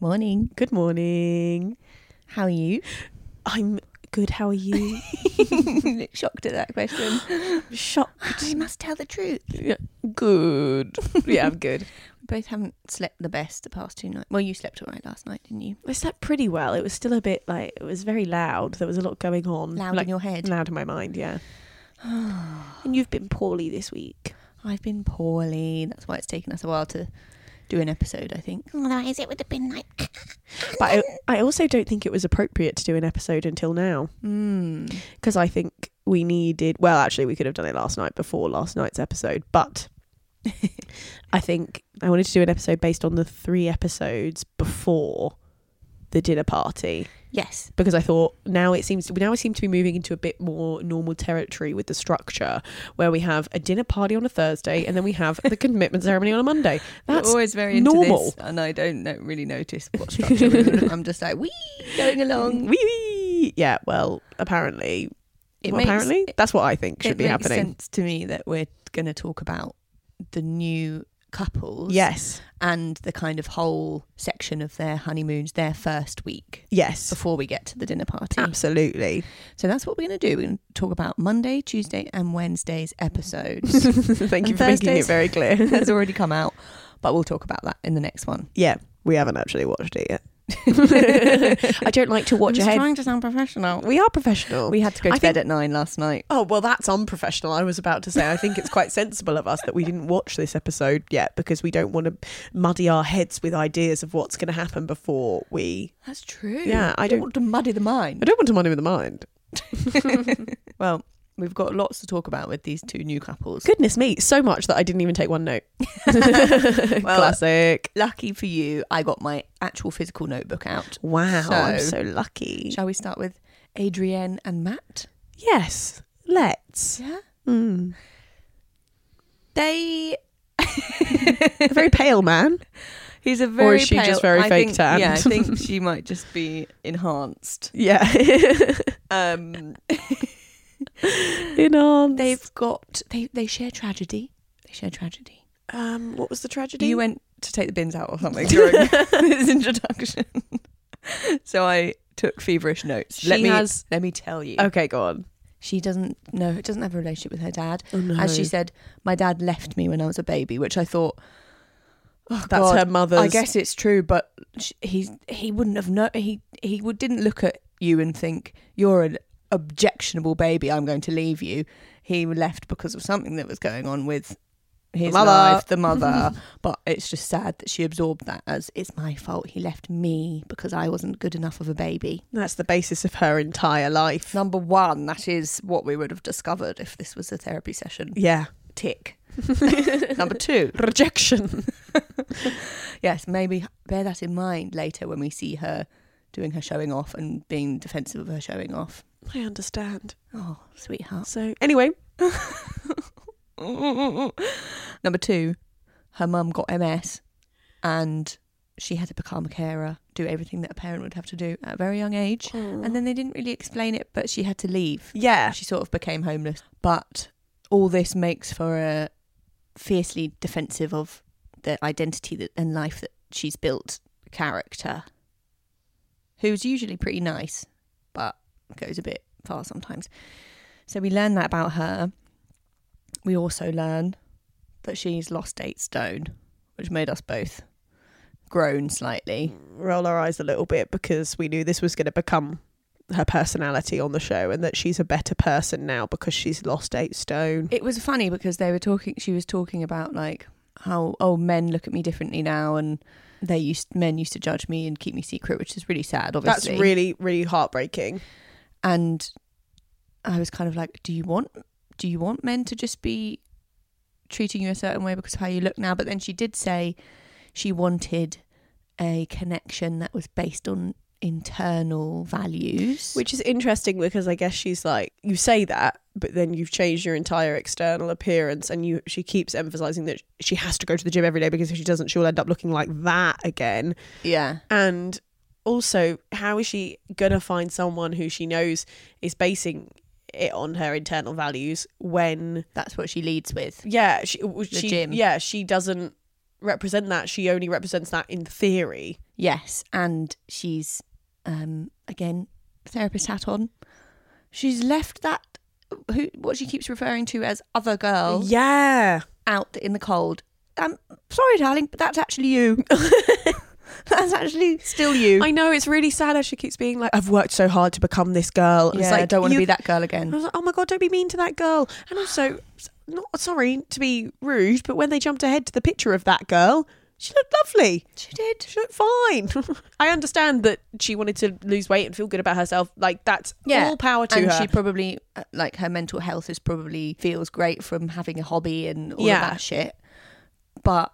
Morning. Good morning. How are you? I'm good. How are you? Shocked at that question. Shocked. I must tell the truth. Good. Yeah, I'm good. We both haven't slept the best the past two nights. Well, you slept all right last night, didn't you? I slept pretty well. It was still a bit like it was very loud. There was a lot going on. Loud like, in your head. loud in my mind. Yeah. And you've been poorly this week. I've been poorly. That's why it's taken us a while to do an episode, I think. Otherwise, Oh, it would have been like. But I, I also don't think it was appropriate to do an episode until now Mm. because I think we needed. Well, actually, we could have done it last night before last night's episode, but. I think I wanted to do an episode based on the three episodes before the dinner party. Yes. because I thought now it seems now we seem to be moving into a bit more normal territory with the structure where we have a dinner party on a Thursday and then we have the commitment ceremony on a Monday. That's always very into normal. this, and I don't really notice what structure we're in. I'm just like, wee, going along. wee wee. Yeah, well, apparently, well, apparently that's what I think should it be makes happening. sense to me that we're going to talk about the new couples Yes, and the kind of whole section of their honeymoons their first week yes, before we get to the dinner party Ah. absolutely. so that's what we're going to do we're going to talk about monday tuesday and wednesday's episodes Thank you And for making it Thursdays- very clear. that's already come out but we'll talk about that in the next one yeah, we haven't actually watched it yet. I don't like to watch I'm just ahead. trying to sound professional we are professional. we had to go to I bed think- at nine last night Oh, well, that's unprofessional. I was about to say, I think it's quite sensible of us that we didn't watch this episode yet because we don't want to muddy our heads with ideas of what's going to happen before we. that's true Yeah, I don't. want to muddy the mind I don't want to muddy with the mind. well we've got lots to talk about with these two new couples Goodness me, so much that I didn't even take one note. uh, Classic. lucky for you, I got my actual physical notebook out. Wow, I'm So- so lucky. Shall we start with Adrienne and Matt? Yes, let's. Yeah. Mm. They. A very pale man. He's a very is she pale- just very I think- fake-tanned? Yeah, I think she might just be enhanced. Yeah. Um, Enhanced. they've got they they share tragedy. They share tragedy. um, what was the tragedy? You went to take the bins out or something during this introduction, so I took feverish notes. let She me has- let me tell you. E. okay, go on. She doesn't know. Doesn't have a relationship with her dad. Oh, no. As she said, my dad left me when I was a baby, which I thought, oh That's God, her mother's. I guess it's true, but sh- he's he wouldn't have known. He he would didn't look at you and think you're an objectionable baby. I'm going to leave you. He left because of something that was going on with his mother. life, the mother. but it's just sad that she absorbed that as it's my fault. He left me because I wasn't good enough of a baby. That's the basis of her entire life. Number one, that is what we would have discovered if this was a therapy session. Yeah. Tick. Number two, Rejection. yes, maybe bear that in mind later when we see her doing her showing off and being defensive of her showing off. I understand. Oh, sweetheart. So, anyway, Number two, her mum got MS and she had to become a carer, do everything that a parent would have to do at a very young age. And then they didn't really explain it, but she had to leave. yeah, She sort of became homeless. But all this makes for a fiercely defensive of the identity that, and life that she's built character, who's usually pretty nice, but goes a bit far sometimes. So we learn that about her. We also learn that she's lost eight stone, which made us both groan slightly. roll our eyes a little bit because we knew this was going to become her personality on the show and that she's a better person now because she's lost eight stone. it was funny because they were talking she was talking about like how oh men look at me differently now and they used men used to judge me and keep me secret which is really sad That's obviously really, really heartbreaking. and i was kind of like do you want do you want men to just be treating you a certain way because of how you look now but then she did say she wanted a connection that was based on internal values Which is interesting because I guess she's like, you say that, but then you've changed your entire external appearance and you she keeps emphasizing that she has to go to the gym every day because if she doesn't, she'll end up looking like that again. yeah And also, how is she going to find someone who she knows is basing it on her internal values when, that's what she leads with yeah, she, w- she gym. yeah, she doesn't represent that. She only represents that in theory. Yes, and she's um again therapist hat on. She's left that who what she keeps referring to as other Oh. girl Yeah. out in the cold. Um sorry darling, but that's actually you. that's actually still you. I know it's really sad how she keeps being like, I've worked so hard to become this girl. And yeah, it's like, I don't want to you- be that girl And I again. was like, oh my god, don't be mean to that girl. And also, s- not sorry to be rude, but when they jumped ahead to the picture of that girl, she looked lovely. She did. She looked fine. I understand that she wanted to lose weight and feel good about herself. Like that's Yeah, all power to and her. she probably uh, like her mental health is probably feels great from having a hobby and all Yeah. of that shit but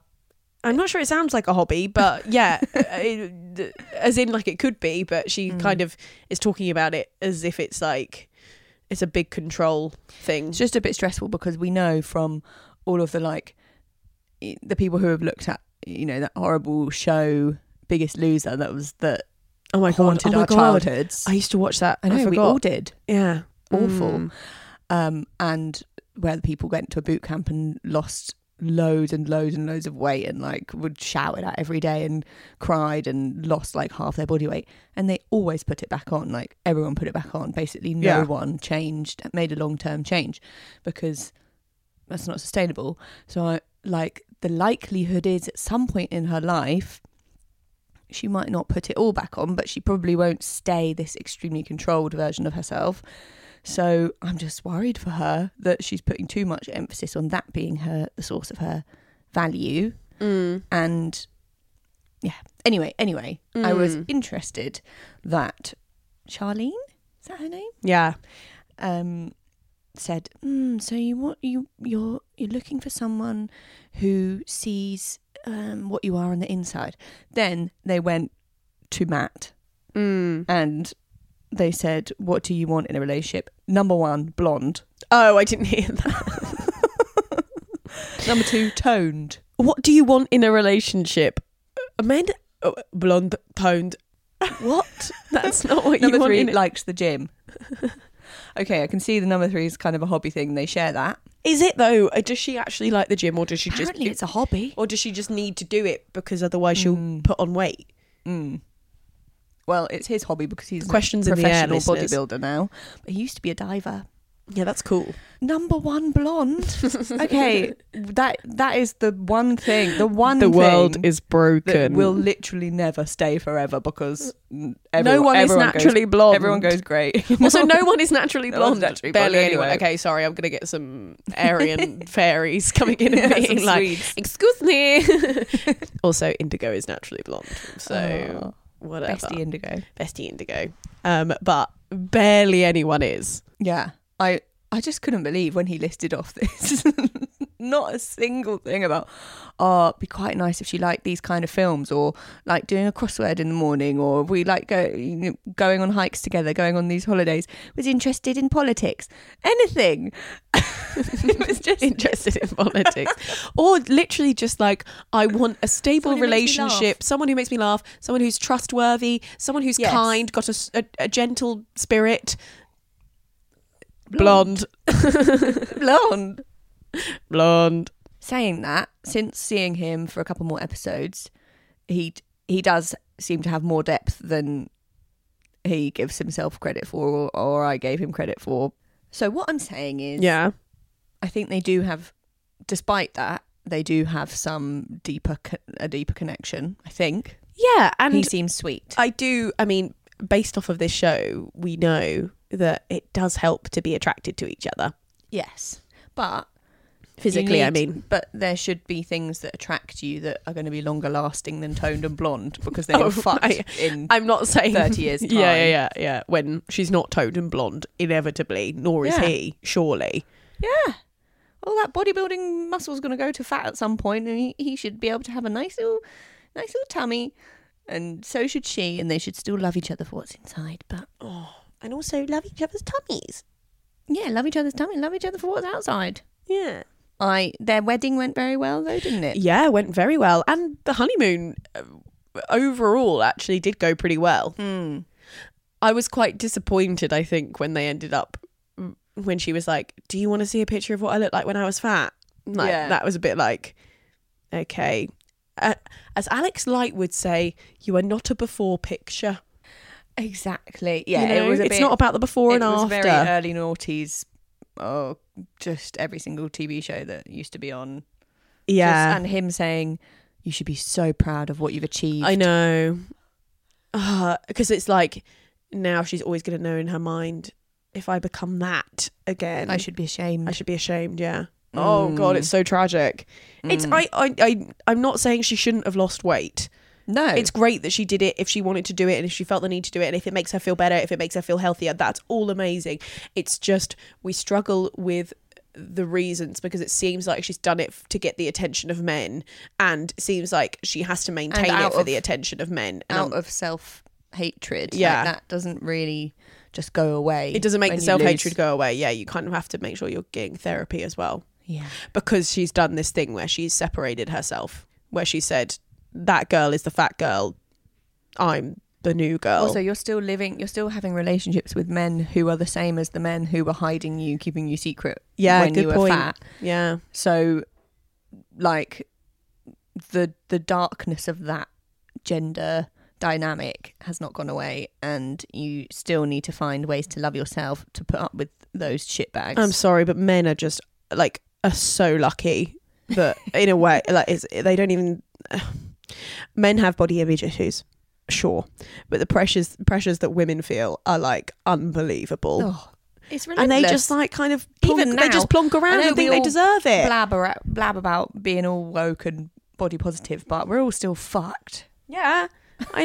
I'm not sure it sounds like a hobby, but yeah, uh, it- as in like it could be, but she kind of is talking about it as if it's like it's a big control thing. it's just a bit stressful because we know from all of the like i- the people who have looked at you know that horrible show biggest loser that was that oh my haunted god! Oh my our god! childhoods I used to watch that. I, I know we forgot. all did yeah, awful Mm. um and where the people went to a boot camp and lost loads and loads and loads of weight and like would shout it out every day and cried and lost like half their body weight and they always put it back on like everyone put it back on basically no Yeah. one changed made a long-term change because that's not sustainable so I, like the likelihood is at some point in her life she might not put it all back on but she probably won't stay this extremely controlled version of herself so I'm just worried for her that she's putting too much emphasis on that being her the source of her value. Mm. And yeah. Anyway, anyway, I was Mm. interested that Charlene, is that her name? Yeah. Um said, mm, so you want you you're you're looking for someone who sees um, what you are on the inside. Then they went to Matt Mm. and they said, What do you want in a relationship? Number one, blonde. Oh, I didn't hear that. Number two, toned. What do you want in a relationship? A man, oh, blonde, toned. What? That's not what Number you want. three in a- likes the gym. okay, I can see the number three is kind of a hobby thing. They share that. Is it though? Uh, Does she actually like the gym, or does she Apparently, just? it's a hobby. Or does she just need to do it because otherwise she'll put on weight? Mm. Well, it's his hobby because he's Questions a in the air, professional listeners. bodybuilder now. But he used to be a diver. Yeah, that's cool. Number one blonde. okay, that that is the one thing. The one the thing world is that broken. will literally never stay forever because n- everyone, no one is everyone goes- naturally blonde. Everyone goes great. Also, no one is naturally No one's blonde. naturally blonde Barely anyone. anyway. Okay, sorry. I'm gonna get some Aryan fairies coming in and Yeah, being some like, Swedes. "Excuse me." also, indigo is naturally blonde, so Oh, whatever. bestie indigo. Bestie. indigo. Um, but barely anyone is. Yeah. I I just couldn't believe when he listed off this. Not a single thing about oh, it'd be quite nice if she liked these kind of films or like doing a crossword in the morning or we like go you know, going on hikes together, going on these holidays. Was interested in politics. Anything. it was just interested in politics or literally just like i want a stable Someone who makes me laugh. relationship someone who makes me laugh someone who's trustworthy someone who's Yes. kind got a, s- a- a gentle spirit Blonde. blonde blonde. blonde Saying that, since seeing him for a couple more episodes, he he does seem to have more depth than he gives himself credit for, or, or I gave him credit for. So what I'm saying is, yeah I think they do have, despite that, they do have some deeper co- a deeper connection. I think yeah and he seems sweet. i do i mean based off of this show we know that it does help to be attracted to each other yes, but physically You i need- mean but there should be things that attract you that are going to be longer lasting than toned and blonde because they were Oh, fucked I- in I'm not saying 30 years' Yeah, yeah, time. yeah, yeah. When she's not toned and blonde, inevitably, nor is Yeah. he, surely. Yeah. All that bodybuilding muscle's going to go to fat at some point, and he, he should be able to have a nice little, nice little tummy, and so should she, and they should still love each other for what's inside. But And also love each other's tummies. yeah, love each other's tummy, love each other for what's outside. Yeah. I their wedding went very well though, didn't it? Yeah, went very well. And the honeymoon uh, overall actually did go pretty well. Mm. I was quite disappointed, I think, when they ended up, mm, when she was like, Do you want to see a picture of what I looked like when I was fat? Like, Yeah. That was a bit like, Okay. uh, as Alex Light would say, you are not a before picture. Exactly. You Yeah, know, it was a it's bit, not about the before it and was after. very early noughties. Oh, just every single TV show that used to be on. Just- yeah, and him saying, "You should be so proud of what you've achieved." I know. Because it's like now she's always going to know in her mind if I become that again, I should be ashamed. I should be ashamed. Yeah. Mm. Oh god, Mm. it's so tragic. It's I, I I I'm not saying she shouldn't have lost weight. no. It's great that she did it if she wanted to do it and if she felt the need to do it and if it makes her feel better, if it makes her feel healthier, that's all amazing. It's just we struggle with the reasons because it seems like she's done it f- to get the attention of men and it seems like she has to maintain it out for of- the attention of men. And I'm- out of self hatred. Yeah. that doesn't really just go away. it doesn't make when the you self lose- hatred go away. Yeah, you kind of have to make sure you're getting therapy as well. Yeah, because she's done this thing where she's separated herself, where she said, That girl is the fat girl. I'm the new girl. Also, you're still living, you're still having relationships with men who are the same as the men who were hiding you, keeping you secret yeah, when good you were point. fat. Yeah. So, like, the the darkness of that gender dynamic has not gone away, and you still need to find ways to love yourself to put up with those shit bags. I'm sorry, but men are just like are so lucky that in a way, like it's, they don't even. men have body image issues, sure, but the pressures pressures that women feel are like unbelievable, oh, it's and relentless. they just like kind of plonk, Even they now, just plonk around know and we think they all deserve it. blab, ar- blab about being all woke and body positive, but we're all still fucked. Yeah, I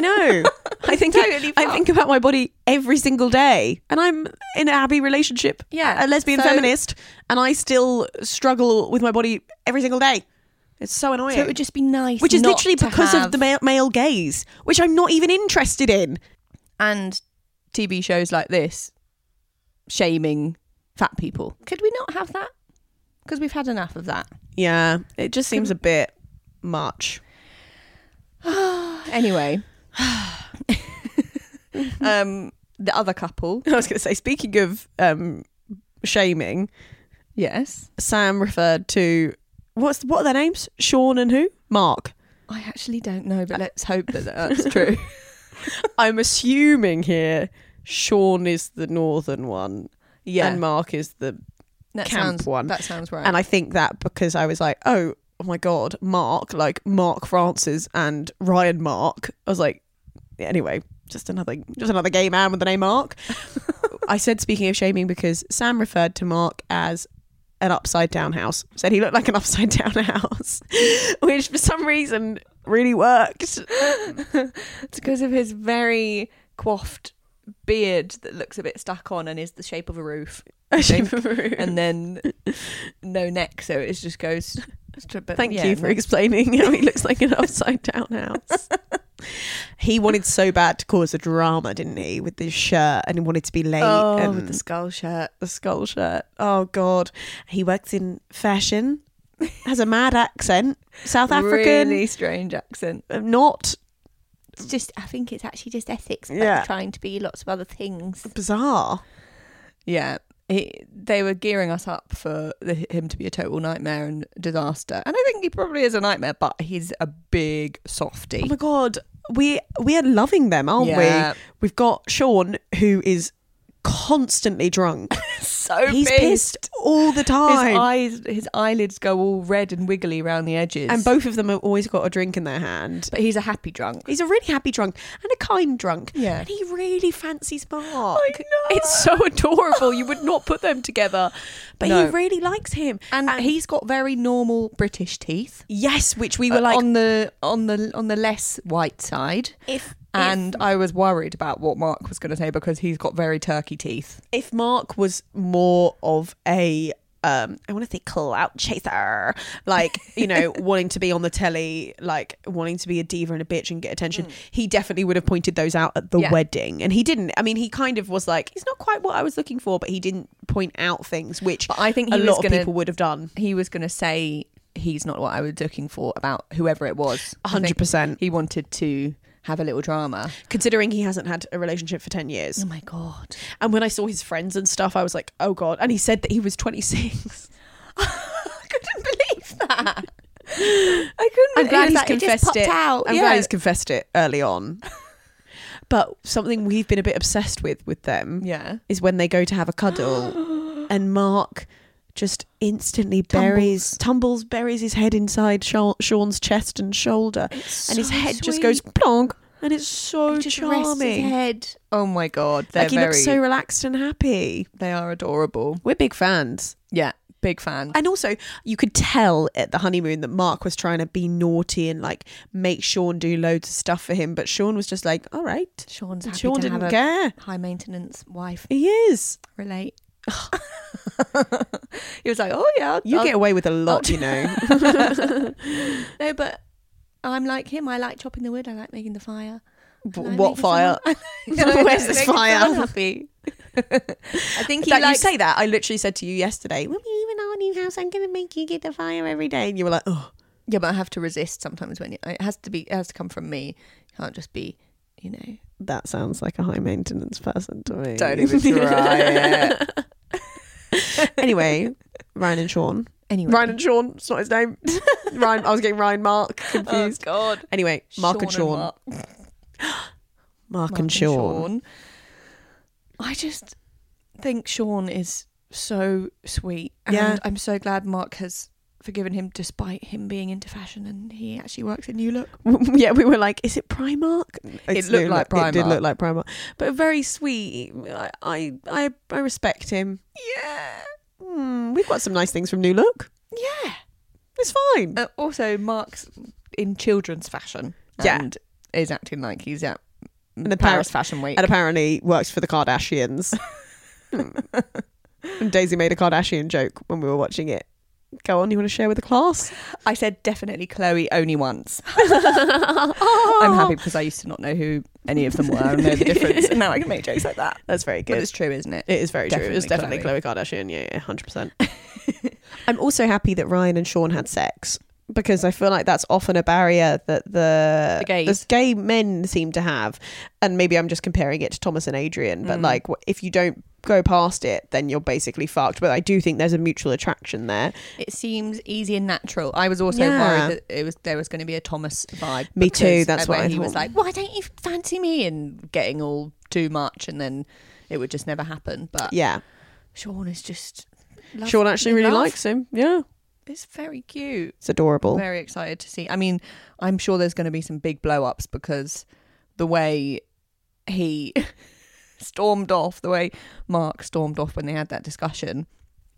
know. I think Totally I fucked. think about my body every single day, and I'm in a happy relationship, Yeah, a lesbian so- feminist, and I still struggle with my body every single day. It's so annoying. So it would just be nice, which is not literally to because have- of the male, male gaze, which I'm not even interested in. and TV shows like this shaming fat people. Could we not have that? Because we've had enough of that. Yeah, it just seems a bit much. Anyway, um, the other couple, I was going to say, speaking of um, shaming, yes, Sam referred to what's what are their names? Sean and who? Mark. I actually don't know, but let's hope that that's true. I'm assuming here Sean is the northern one yeah, and Mark is the that camp sounds one. That sounds right. and I think that because I was like, oh, oh my god, Mark, like Mark Francis and Ryan Mark. I was like yeah, anyway, just another just another gay man with the name Mark. I said speaking of shaming because Sam referred to Mark as an upside down house. Said he looked like an upside down house, which for some reason really worked. it's because of his very coiffed beard that looks a bit stuck on and is the shape of a roof, and then no neck, so it just goes. but Thank yeah, you for no. explaining how he looks like an upside down house. he wanted so bad to cause a drama, didn't he, with his shirt and he wanted to be late Oh, and with the skull shirt. the skull shirt. Oh god. He works in fashion, has a mad accent, South African, Really strange accent. uh, not It's just, I think it's actually just Essex, but Yeah. trying to be lots of other things. bizarre. Yeah. He, they were gearing us up for the, him to be a total nightmare and disaster. And I think he probably is a nightmare, but he's a big softy. Oh my god. We we are loving them, aren't Yeah. we? We've got Sean who is constantly drunk. so He's pissed all the Oh, His time. eyes, his eyelids go all red and wiggly around the edges. and both of them have always got a drink in their hand. but he's a happy drunk. He's a really happy drunk and a kind drunk. Yeah. And he really fancies Mark. I know. It's so adorable. You would not put them together. But No. he really likes him. And, he's got very normal British teeth. Yes, which we were like, Uh, on the on the on the less white side. if, and And I was worried about what Mark was going to say because he's got very turkey teeth. if Mark was more of a, um, I want to say clout chaser, like, you know, wanting to be on the telly, like wanting to be a diva and a bitch and get attention, he definitely would have pointed those out at the Mm. Yeah. wedding. And he didn't. I mean, he kind of was like, it's not quite what I was looking for, but he didn't point out things, which But I think a he was lot of going people to would have done. he was going to say he's not what I was looking for about whoever it was. I think 100%. He wanted to have a little drama. considering he hasn't had a relationship for 10 years. Oh my god. And when I saw his friends and stuff, I was like, oh God. And he said that he was 26. I couldn't believe that. I couldn't And glad he's that it just confessed popped it. out. I'm yeah. glad he's confessed it early on. but something we've been a bit obsessed with with them yeah. is when they go to have a cuddle and Mark just instantly buries, tumbles, buries his head inside Sha- Sean's chest and shoulder, and his head just goes plonk, and it's so just rests his charming. head. Oh my god, they're Like he very. looks so relaxed and happy. they are adorable. We're big fans. Yeah, big fan. And also, you could tell at the honeymoon that Mark was trying to be naughty and like make Sean do loads of stuff for him, but Sean was just like, all right. Sean's happy Sean to didn't have a care. high maintenance wife. He is. Relate. he was like, "Oh yeah, I'll, You I'll- get away with a lot, I'll- you know. no, but I'm like him. I like chopping the wood. I like making the fire. B- I what make it fire? Where's Make it sound this fire? Happy. I think he That likes. you say that. I literally said to you yesterday, when we live in our new house, I'm going to make you get the fire every day. And you were like, oh, yeah, but I have to resist sometimes when you, it has to be. It has to come from me. It can't just be, you know. that sounds like a high maintenance person to me. it. anyway, Ryan and Sean. anyway, Ryan and Sean. It's not his name. Ryan. I was getting Ryan Mark oh confused. God, Anyway, Mark and Sean. Mark, Mark. and Sean. I just think Sean is so sweet. And Yeah. I'm so glad Mark has forgiven him despite him being into fashion and he actually works in New Look. yeah, we were like, is it Primark? It's looked like It did Primark. look like Primark, but very sweet. I I I, I respect him. Yeah. Hmm, we've got some nice things from New Look. Yeah. It's fine. Uh, also, Mark's in children's fashion. Yeah. And is acting like he's at the the Paris Fashion Week. and apparently works for the Kardashians. Hmm. and Daisy made a Kardashian joke when we were watching it. Go on, you want to share with the class? I said definitely Chloe only once. I'm I'm happy because I used to not know who any of them were and know the difference. And now I can make jokes like that. That's very But good. it's true, isn't it? It is very true. It was Definitely definitely Chloe, Kardashian. Yeah, yeah, hundred percent. I'm also happy that Ryan and Sean had sex because I feel like that's often a barrier that the, The gays. the gay men seem to have, and maybe I'm just comparing it to Thomas and Adrian. But Mm. like, wh- if you don't go past it, then you're basically fucked. But I do think there's a mutual attraction there. It seems easy and natural. I was also Yeah. worried that it was there was going to be a Thomas vibe. Me too, because that's where what I he was thought. like, "Why don't you fancy me?" and getting all too much, and then it would just never happen. But Yeah, Sean is just love- Sean actually in really love. likes him. Yeah, It's very cute. it's adorable. Very excited to see. I mean, I'm sure there's going to be some big blow ups because the way he stormed off, the way Mark stormed off when they had that discussion,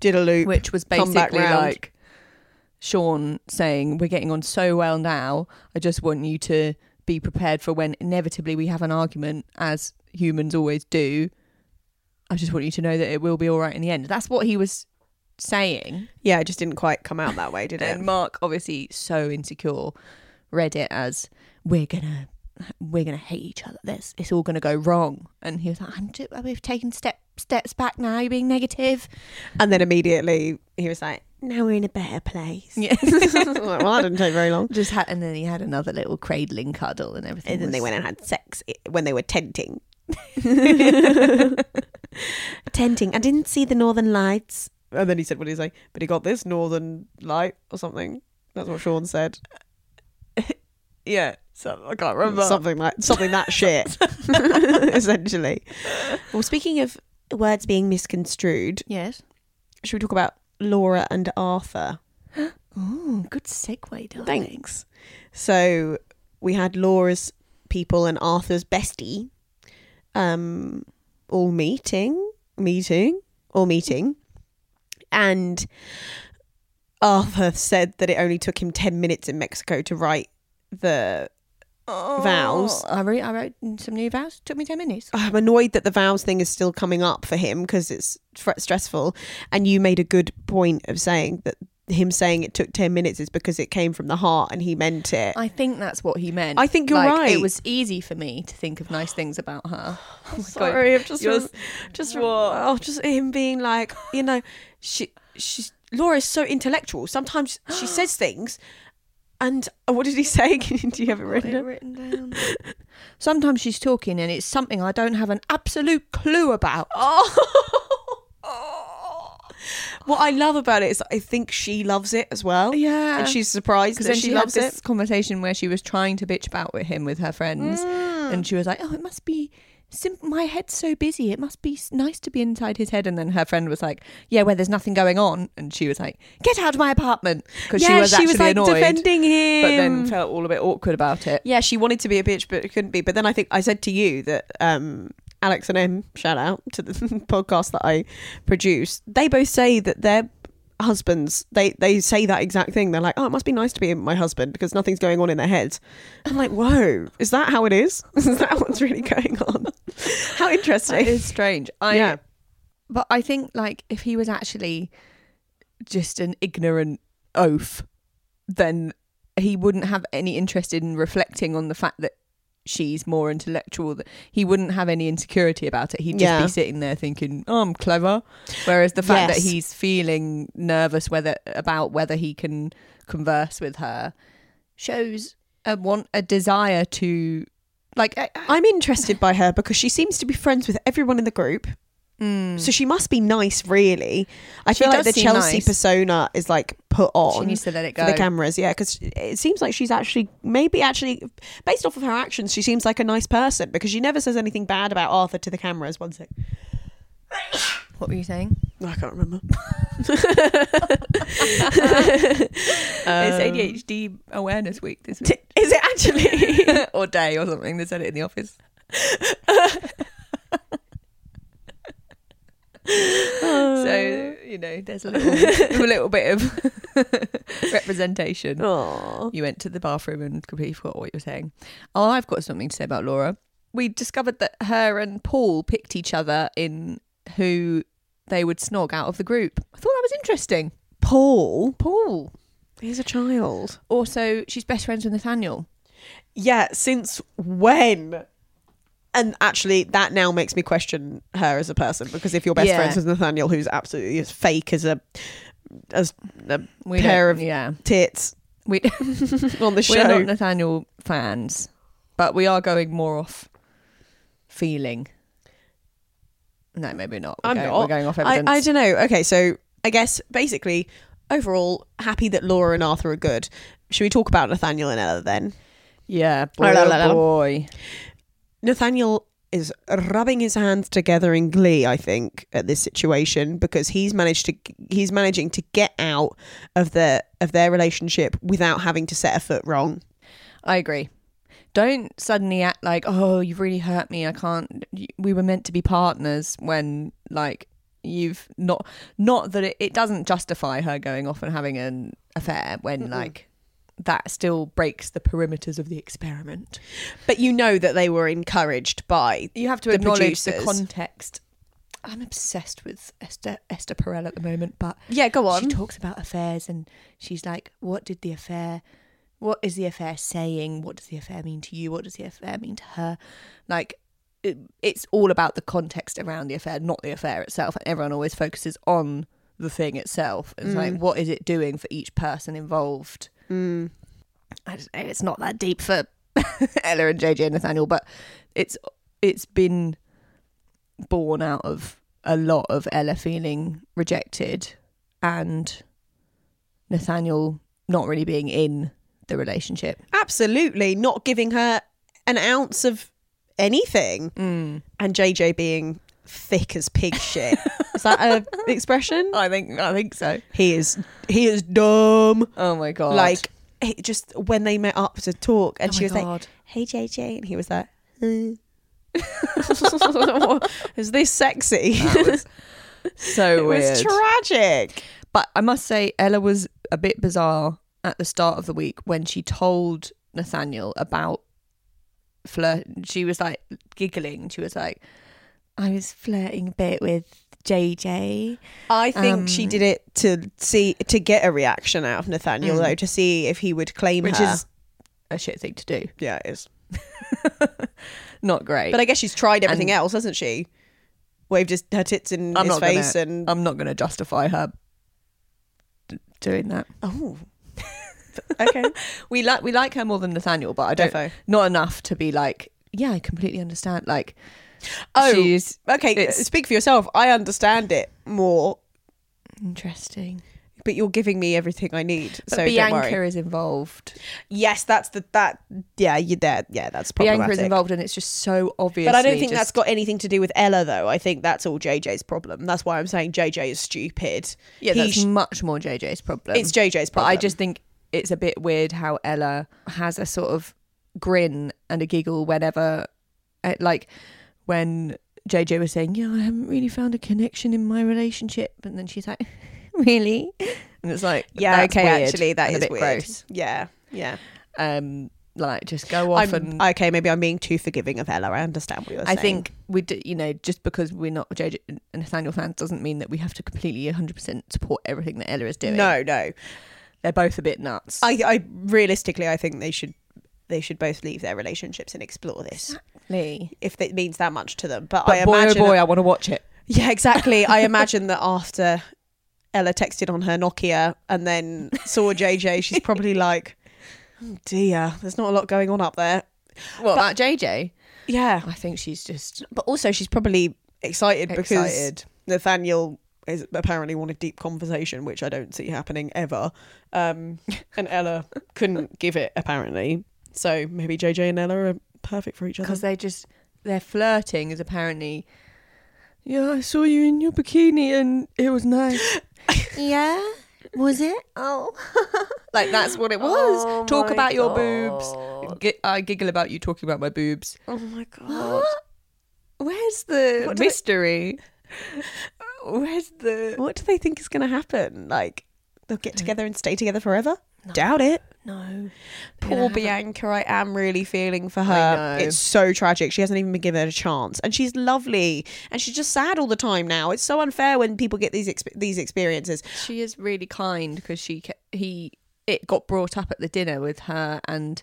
Did a loop. which was Come back basically round. like Sean saying, "We're getting on so well now. I just want you to be prepared for when inevitably we have an argument, as humans always do. I just want you to know that it will be all right in the end." That's what he was saying, yeah, it just didn't quite come out that way, did it? and Mark, obviously so insecure, read it as, "We're gonna." We're gonna hate each other. This it's all gonna go wrong. And he was like, "I'm just, we've taken step steps back now. You're being negative." And then immediately he was like, "Now we're in a better place." Yeah. well, that didn't take very long. Just had, and then he had another little cradling cuddle and everything. And then they went and had sex i- when they were tenting. tenting. I didn't see the northern lights. And then he said what he's like, but he got this northern light or something. That's what Sean said. yeah. So I can't remember. Something like something that shit. Essentially. Well, speaking of words being misconstrued, yes. should we talk about Laura and Arthur? Oh, good segue, darling. Thanks. So we had Laura's people and Arthur's bestie um, all meeting, meeting, all meeting. And Arthur said that it only took him 10 minutes in Mexico to write the. Vows. Oh. I wrote, I wrote some new vows. Took me ten minutes. I'm annoyed that the vows thing is still coming up for him because it's fr- stressful. And you made a good point of saying that him saying it took 10 minutes is because it came from the heart and he meant it. I think that's what he meant. I think you're Like, right. It was easy for me to think of nice things about her. Oh my God. Sorry, I've just You're rem- just rem- oh, just him being like, you know, she she's Laura is so intellectual. Sometimes she says things, and oh, what did he say? Do you have it Got it written? written down. Sometimes she's talking and it's something I don't have an absolute clue about. Oh. What I love about it is I think she loves it as well. Yeah. And she's surprised because that then she, she, loves had this it. conversation where she was trying to bitch about with him with her friends, Mm. and she was like, "Oh, it must be sim- my head's so busy. It must be s- nice to be inside his head." And then her friend was like, "Yeah, where there's nothing going on," and she was like, "Get out of my apartment," because she was actually like annoyed, defending him. but then felt all a bit awkward about it. yeah, she wanted to be a bitch, but couldn't be. But then I think I said to you that um, Alex and M, shout out to the podcast that I produce, they both say that their husbands they they say that exact thing. They're like, oh, it must be nice to be my husband because nothing's going on in their heads. I'm like, whoa, is that how it is? Is that what's really going on? how It interesting. is strange. I, yeah. but I think like if he was actually just an ignorant oaf, then he wouldn't have any interest in reflecting on the fact that she's more intellectual. That he wouldn't have any insecurity about it. He'd just Yeah. be sitting there thinking, "Oh, I'm clever," whereas the fact Yes. that he's feeling nervous whether about whether he can converse with her shows a want a desire to like. I, I, I'm interested by her because she seems to be friends with everyone in the group. So she must be nice, really. I Mm. She feel like does the seem Chelsea nice. persona is like put on. she needs to let it for go. the cameras, yeah, because it seems like she's actually maybe actually based off of her actions, she seems like a nice person because she never says anything bad about Arthur to the cameras. One sec, what were you saying? I can't remember. Um, it's ADHD Awareness Week this T- week. Is it actually? or day or something. They said it in the office. Oh. so, you know, there's a little, a little bit of representation. Aw. You went to the bathroom and completely forgot what you were saying. Oh, I've got something to say about Laura. We discovered that her and Paul picked each other in who they would snog out of the group. I thought that was interesting. Paul, Paul. he's a child. Also, she's best friends with Nathaniel. Yeah, since when? And actually, that now makes me question her as a person because if you're best Yeah. friends with Nathaniel, who's absolutely as fake as a as a We pair don't- of yeah. tits We on the we're show, not Nathaniel fans, but we are going more off feeling. No, maybe not. We're, I'm going, not. we're going off I, evidence. I don't know. Okay, so I guess basically, overall, happy that Laura and Arthur are good. Should we talk about Nathaniel and Ella then? yeah, boy, La, la, oh la, la. boy. Nathaniel is rubbing his hands together in glee, I think, at this situation because he's managed to he's managing to get out of the of their relationship without having to set a foot wrong. I agree. Don't suddenly act like, oh, you've really hurt me. I can't. We were meant to be partners when, like, you've not. Not that it, it doesn't justify her going off and having an affair when, like, that still breaks the perimeters of the experiment. But you know that they were encouraged by you have to the acknowledge producers. the context. I'm obsessed with Esther Esther Perel at the moment, but Yeah, go she talks about affairs and she's like, "What did the affair? What is the affair saying? What does the affair mean to you? What does the affair mean to her?" Like, it, it's all about the context around the affair, not the affair itself. And everyone always focuses on the thing itself. It's Mm. like, what is it doing for each person involved? I just, it's not that deep for Ella and JJ and Nathaniel, but it's it's been born out of a lot of Ella feeling rejected and Nathaniel not really being in the relationship. Absolutely, not giving her an ounce of anything. Mm. And JJ being thick as pig shit. Is that an expression? I think I think so. He is he is dumb. Oh my god! Like he just when they met up to talk and Oh she my was like, God. "Hey JJ." And he was like, "Huh." Is this sexy? so it was tragic. But I must say, Ella was a bit bizarre at the start of the week when she told Nathaniel about flirt. She was like giggling. She was like, "I was flirting a bit with JJ." I think she Um, did it to see to get a reaction out of Nathaniel though to see if he would claim Which her. is- A shit thing to do. yeah, it is. Not great. But I guess she's tried everything And- else, hasn't she? Waved his, her tits in I'm his not gonna- face and I'm not going to justify her d- doing that. oh, okay. We like we like her more than Nathaniel, but I don't Defo. not enough to be like, yeah, I completely understand. Like, Oh, she's okay. Uh, It's- speak for yourself. I understand it more Interesting. But you're giving me everything I need, But so don't Bianca worry. is involved. Yes, that's the that. Yeah, you're there. Yeah, that's problematic. Bianca is involved, and it's just so obvious. But I don't think that's got anything to do with Ella, though. I think that's all JJ's problem. That's why I'm saying JJ is stupid. yeah, he that's sh- much more JJ's problem. It's JJ's but problem. I just think it's a bit weird how Ella has a sort of grin and a giggle whenever, eh, like, when JJ was saying, "Yeah, I haven't really found a connection in my relationship," and then she's like, "Really?" and it's like, yeah, that's okay, weird actually, that and is a bit weird. gross." Yeah, yeah. Um, like, just go off I'm, and okay, maybe I'm being too forgiving of Ella. I understand what you're I saying. think we do, you know, just because we're not JJ and Nathaniel fans doesn't mean that we have to completely 100% support everything that Ella is doing. no, no. They're both a bit nuts. I, I realistically, I think they should they should both leave their relationships and explore this Lee. if it means that much to them. But, But I boy, imagine, oh boy, I want to watch it. yeah, exactly. I imagine that after Ella texted on her Nokia and then saw JJ, she's probably like, oh dear, there's not a lot going on up there. What, about JJ? Yeah, I think she's just but also she's probably excited, because excited. Nathaniel is apparently wanted deep conversation, which I don't see happening ever. Um, and Ella couldn't give it apparently. So maybe JJ and Ella are perfect for each other. Because they just, their flirting is apparently, yeah, I saw you in your bikini and it was nice. yeah? Was it? Oh. like, that's what it was. Oh Talk about your boobs. Gi- I giggle about you talking about my boobs. Oh my god. What? Where's the What do they- mystery? Where's the What do they think is going to happen? Like they'll get together and stay together forever? Doubt it. no? Poor Bianca, I am really feeling for I her. know. It's so tragic. She hasn't even been given a chance, and she's lovely, and she's just sad all the time now. It's so unfair when people get these exp- these experiences. She is really kind because she ca- he it got brought up at the dinner with her and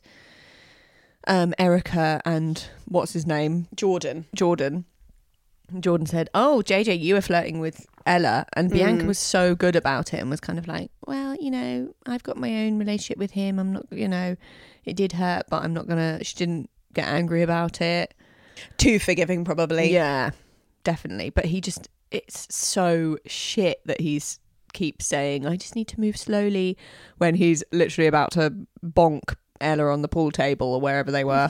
um Erica and what's his name Jordan, Jordan. Jordan said, "Oh, JJ, you were flirting with Ella," Hmm. and Bianca was so good about it and was kind of like, "Well, you know, I've got my own relationship with him. I'm not, you know, it did hurt, but I'm not gonna." She didn't get angry about it. too forgiving probably. Yeah, definitely. But he just, it's so shit that he's keeps saying, I just need to move slowly when he's literally about to bonk Ella on the pool table or wherever they were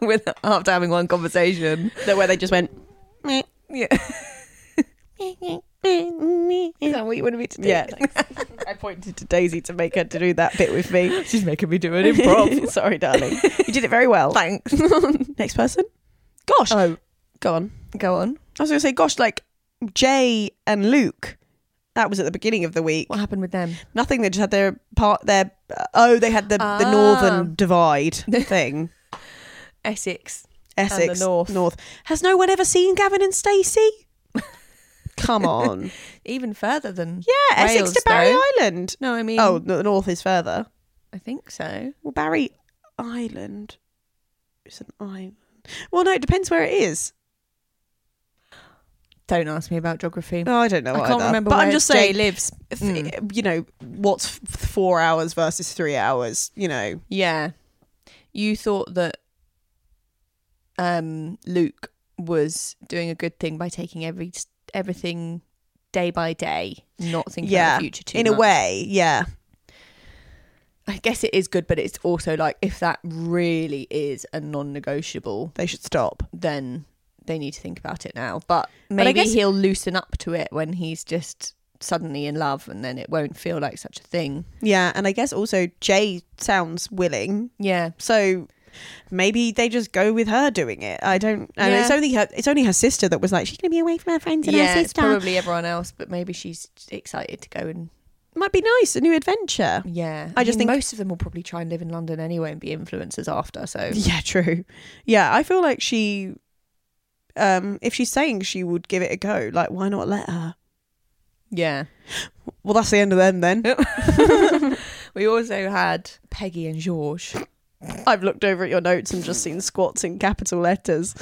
with after having one conversation. The- where they just went. "Meh, Yeah. meh, meh." Is that what you wanted me to do? Yeah, I pointed to Daisy to make her to do that bit with me. She's making me do an improv. Sorry, darling. You did it very well. Thanks. Next person. Gosh, Oh, go on. go on. I was going to say, gosh, like Jay and Luke. That was at the beginning of the week. What happened with them? Nothing. They just had their part. Their oh, they had the the Ah. northern divide thing. Essex. Essex north. North. Has no one ever seen Gavin and Stacey? Come on. Even further than. Yeah, Essex Wales, to Barry though. Mm. Island. No, I mean. Oh, no, the north is further. I think so. Well, Barry Island is an island. Well, no, it depends where it is. Don't ask me about geography. Oh, I don't know. I can't either. remember But where I'm just Jay saying, lives. if- you know, what's f- four hours versus three hours? You know, Yeah. You thought that um Luke was doing a good thing by taking every everything day by day, not thinking about Yeah, the future too in a much. way, yeah. I guess it is good, but it's also like if that really is a non-negotiable, They should stop. then they need to think about it now. But I maybe guess- he'll loosen up to it when he's just suddenly in love and then it won't feel like such a thing. Yeah, and I guess also Jay sounds willing, Yeah. so maybe they just go with her doing it. I don't. And Yeah. it's only her. It's only her sister that was like, she's gonna be away from her friends and Yeah, her it's sister. probably everyone else, but maybe she's excited to go and Might be nice, a new adventure. Yeah. I just think- most of them will probably try and live in London anyway and be influencers after. So Yeah, true. Yeah, I feel like she, um, if she's saying she would give it a go, like why not let her? yeah. Well, that's the end of them then. We also had Peggy and George. I've looked over at your notes and just seen squats in capital letters.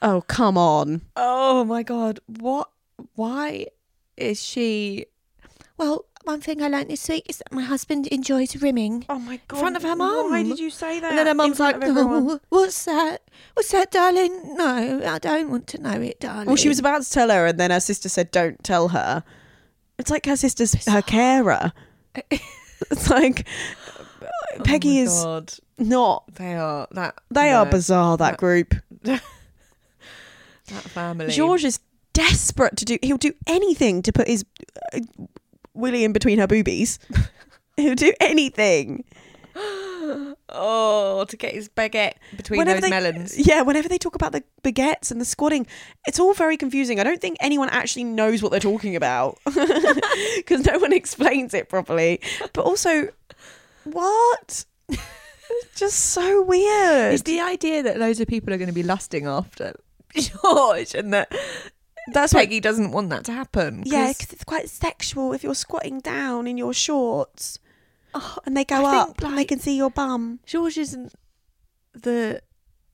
Oh come on! Oh my god. What why is she Well, one thing I learned this week is that my husband enjoys rimming. Oh my god! front of her mum. Why did you say that? And then her In mum's front like, of everyone. "Oh, "What's that? What's that, darling? No, I don't want to know it, darling." Well, she was about to tell her, and then her sister said, "Don't tell her." It's like her sister's her carer. it's like Oh Peggy my is God. not. They are that. They are no, bizarre. That No. group. That family. George is desperate to do. He'll do anything to put his uh, willy in between her boobies. he'll do anything. Oh, to get his baguette between those they, melons. Yeah, whenever they talk about the baguettes and the squatting, it's all very confusing. I don't think anyone actually knows what they're talking about because no one explains it properly. But also, what? It's Just so weird. It's the idea that loads of people are going to be lusting after George and that That's Peggy doesn't want that to happen. Yeah, 'cause because it's quite sexual if you're squatting down in your shorts Oh, and they go I up think, and they like- can see your bum. George isn't the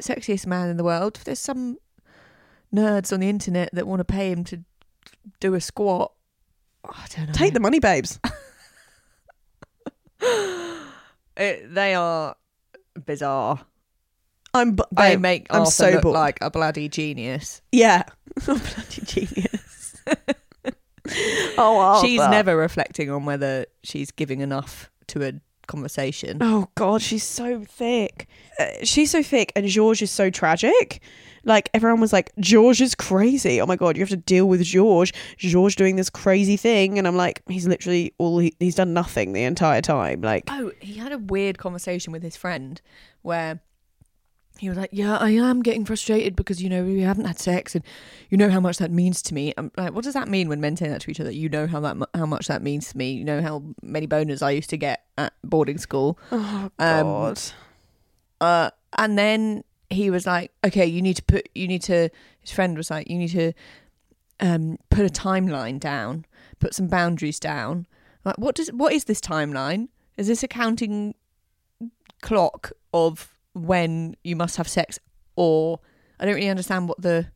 sexiest man in the world. There's some nerds on the internet that want to pay him to do a squat. I don't know. Take the money, babes. It, they are bizarre. I'm. Bu- They I'm- make I'm Arthur so look bored. like a bloody genius. yeah. I'm bloody genius. oh, Arthur. she's never reflecting on whether she's giving enough to a conversation. Oh God, she's so thick. Uh, she's so thick, and George is so tragic. Like everyone was like, George is crazy. Oh my God, you have to deal with George. George doing this crazy thing, and I'm like, he's literally all he, he's done nothing the entire time. Like, Oh, he had a weird conversation with his friend where he was like, "Yeah, I am getting frustrated because you know we haven't had sex, and you know how much that means to me." I'm like, "What does that mean when men say that to each other? You know how that mu- how much that means to me. You know how many boners I used to get at boarding school." oh God. Uh, and then he was like, "Okay, you need to put you need to." His friend was like, "You need to um, put a timeline down, put some boundaries down." Like, what does what is this timeline? Is this a counting clock of when you must have sex, or I don't really understand what the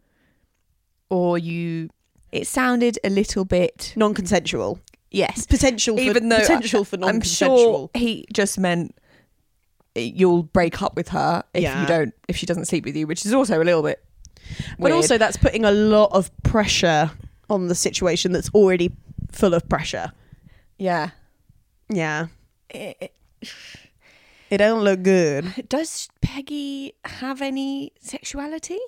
or you. It sounded a little bit non-consensual. yes, Potential, Even for, though potential for I'm non-consensual. sure he just meant eh, you'll break up with her if Yeah. you don't if she doesn't sleep with you, which is also a little bit. but weird. also, that's putting a lot of pressure on the situation that's already full of pressure. yeah, Yeah, eh, It- it don't look good. it- does Peggy have any sexuality?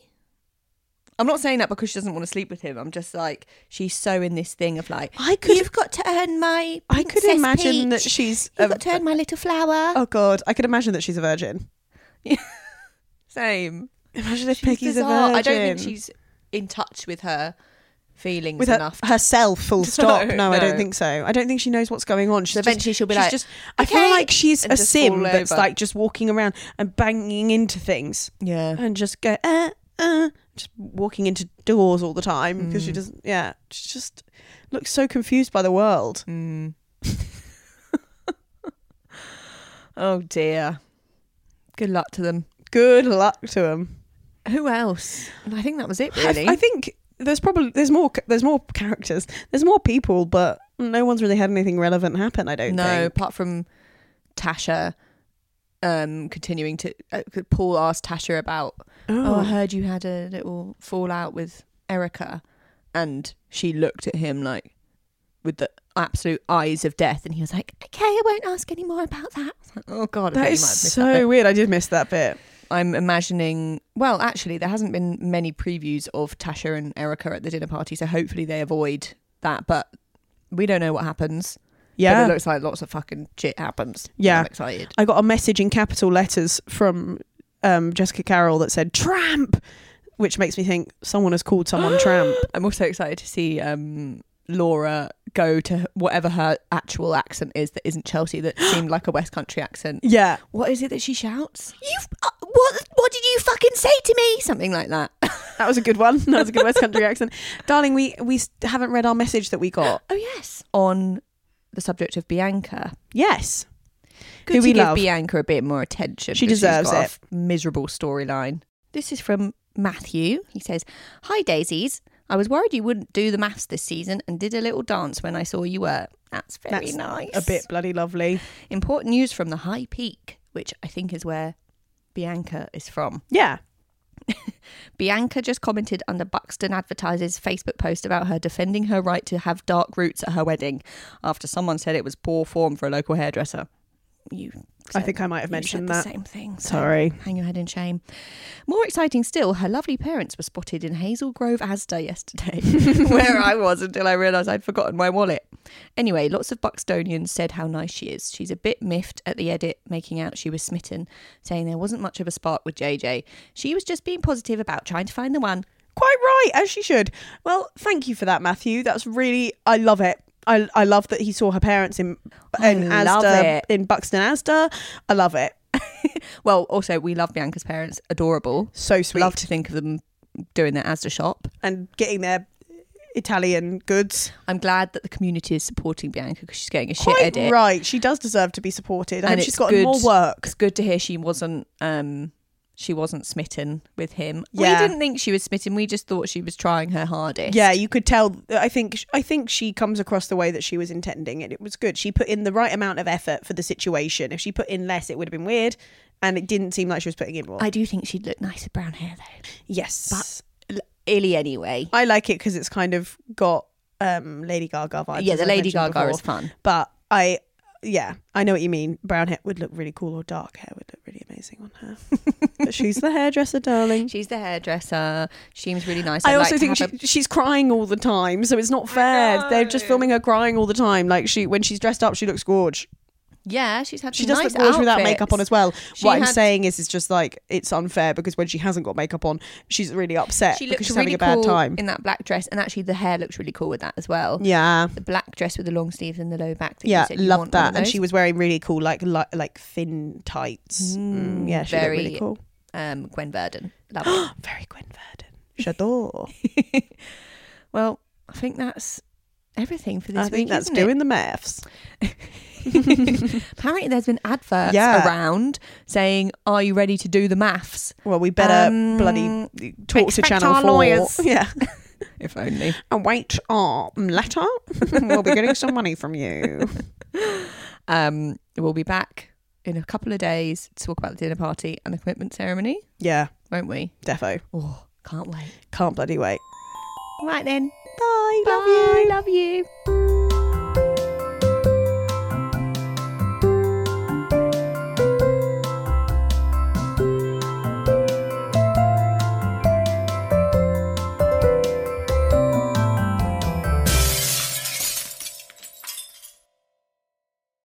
I'm not saying that because she doesn't want to sleep with him. I'm just like she's so in this thing of like I could you've got to earn my. I could Princess imagine that Peach. she's You've a- got to earn my little flower. Oh god, I could imagine that she's a virgin. Same. Imagine if She's Peggy's bizarre. a virgin. I don't think she's in touch with her feelings with her, enough. herself. Full stop. No, I don't no. think so. I don't think she knows what's going on. She's So just- eventually she'll be she's like, just. I feel "Okay," like she's and a just sim fall that's over. like just walking around and banging into things yeah, and just go uh, uh, just walking into doors all the time because she Mm. doesn't. Yeah, she just looks so confused by the world. Oh dear. Good luck to them. Good luck to them. Who else? I think that was it I- really. I, think there's probably there's more ca- there's more characters there's more people but no one's really had anything relevant happen i don't no, think apart from Tasha um continuing to uh, Paul asked Tasha about oh. I heard you had a little fallout with Erica and she looked at him like with the absolute eyes of death and he was like, "Okay, I won't ask any more about that." I was like, oh god, I that bet you is might have missed so bit. weird. I did miss that bit. I'm imagining. Well, actually, there hasn't been many previews of Tasha and Erica at the dinner party, so hopefully they avoid that. But we don't know what happens. but it looks like lots of fucking shit happens. Yeah. I'm excited. I got a message in capital letters from um, Jessica Carroll that said "tramp," which makes me think someone has called someone tramp. I'm also excited to see um, Laura go to whatever her actual accent is that isn't Chelsea that seemed like a West Country accent. Yeah, What is it that she shouts? You uh, what? What did you fucking say to me? Something like that. that was a good one. That was a good West Country accent, darling. We we s- haven't read our message that we got. Oh yes. On the subject of Bianca. Yes, Good who to we give love. Bianca a bit more attention. She because she's deserves got a it. f- miserable storyline. This is from Matthew. He says, "Hi Daisies, I was worried you wouldn't do the maths this season, and did a little dance when I saw you were. That's very That's nice. a bit bloody lovely. important news from the High Peak, which I think is where Bianca is from. Yeah, Bianca just commented under Buxton Advertises Facebook post about her defending her right to have dark roots at her wedding after someone said it was poor form for a local hairdresser. You I said- think I might have you mentioned said that. the same thing. so Sorry. Hang your head in shame. More exciting still, her lovely parents were spotted in Hazel Grove Asda yesterday, where I was until I realised I'd forgotten my wallet. Anyway, lots of Buxtonians said how nice she is. She's a bit miffed at the edit, making out she was smitten, saying there wasn't much of a spark with JJ. She was just being positive about trying to find the one. Quite right, as she should. Well, thank you for that, Matthew. That's really I love it. I, I love that he saw her parents in in I love Asda it. in Buxton Asda. I love it. Well, also, we love Bianca's parents. Adorable. So sweet. Love to think of them doing their Asda shop. and getting their Italian goods. I'm glad that the community is supporting Bianca because she's getting a shit Quite edit. right. She does deserve to be supported. And And it's she's gotten good- more work. it's good to hear she wasn't um she wasn't smitten with him. Yeah. We didn't think she was smitten. We just thought she was trying her hardest. Yeah, you could tell. I think I think she comes across the way that she was intending, and it was good. She put in the right amount of effort for the situation. If she put in less, it would have been weird, and it didn't seem like she was putting in more. I do think she'd look nice with brown hair though. yes, Illy anyway. I like it because it's kind of got um, Lady Gaga vibes. yeah, as the I Lady mentioned Gaga is before. fun. But I, yeah, I know what you mean. Brown hair would look really cool, or dark hair would look really amazing on her. but she's the hairdresser, darling. She's the hairdresser. She seems really nice. I I'd also like to think have she, she's crying all the time, so it's not fair. They're just filming her crying all the time. Like she, when she's dressed up, she looks gorge. a- yeah, she's had She some does nice look gorge without outfits. makeup on as well. She what I'm had- saying is, it's just like it's unfair because when she hasn't got makeup on, she's really upset She because looks she's really having a bad cool time. in that black dress, and actually the hair looks really cool with that as well. yeah, The black dress with the long sleeves and the low back. That yeah, you said you love want one of that. And those. she was wearing really cool, like li- like thin tights. Mm, yeah, she very- looked really cool. um, Gwen Verdon. Love it. Very Gwen Verdon. J'adore. Well, I think that's everything for this I week. think that's isn't doing the maths. It? Apparently, there's been adverts Yeah. around saying, "Are you ready to do the maths?" Well, we better Um, bloody talk to expect Channel our Four. lawyers. Yeah. If only. and wait our letter. we'll be getting some money from you. Um, we'll be back in a couple of days to talk about the dinner party and the commitment ceremony, Yeah, won't we? defo. Oh, can't wait! Can't bloody wait. Right then. Bye. Bye. Love you. Love you.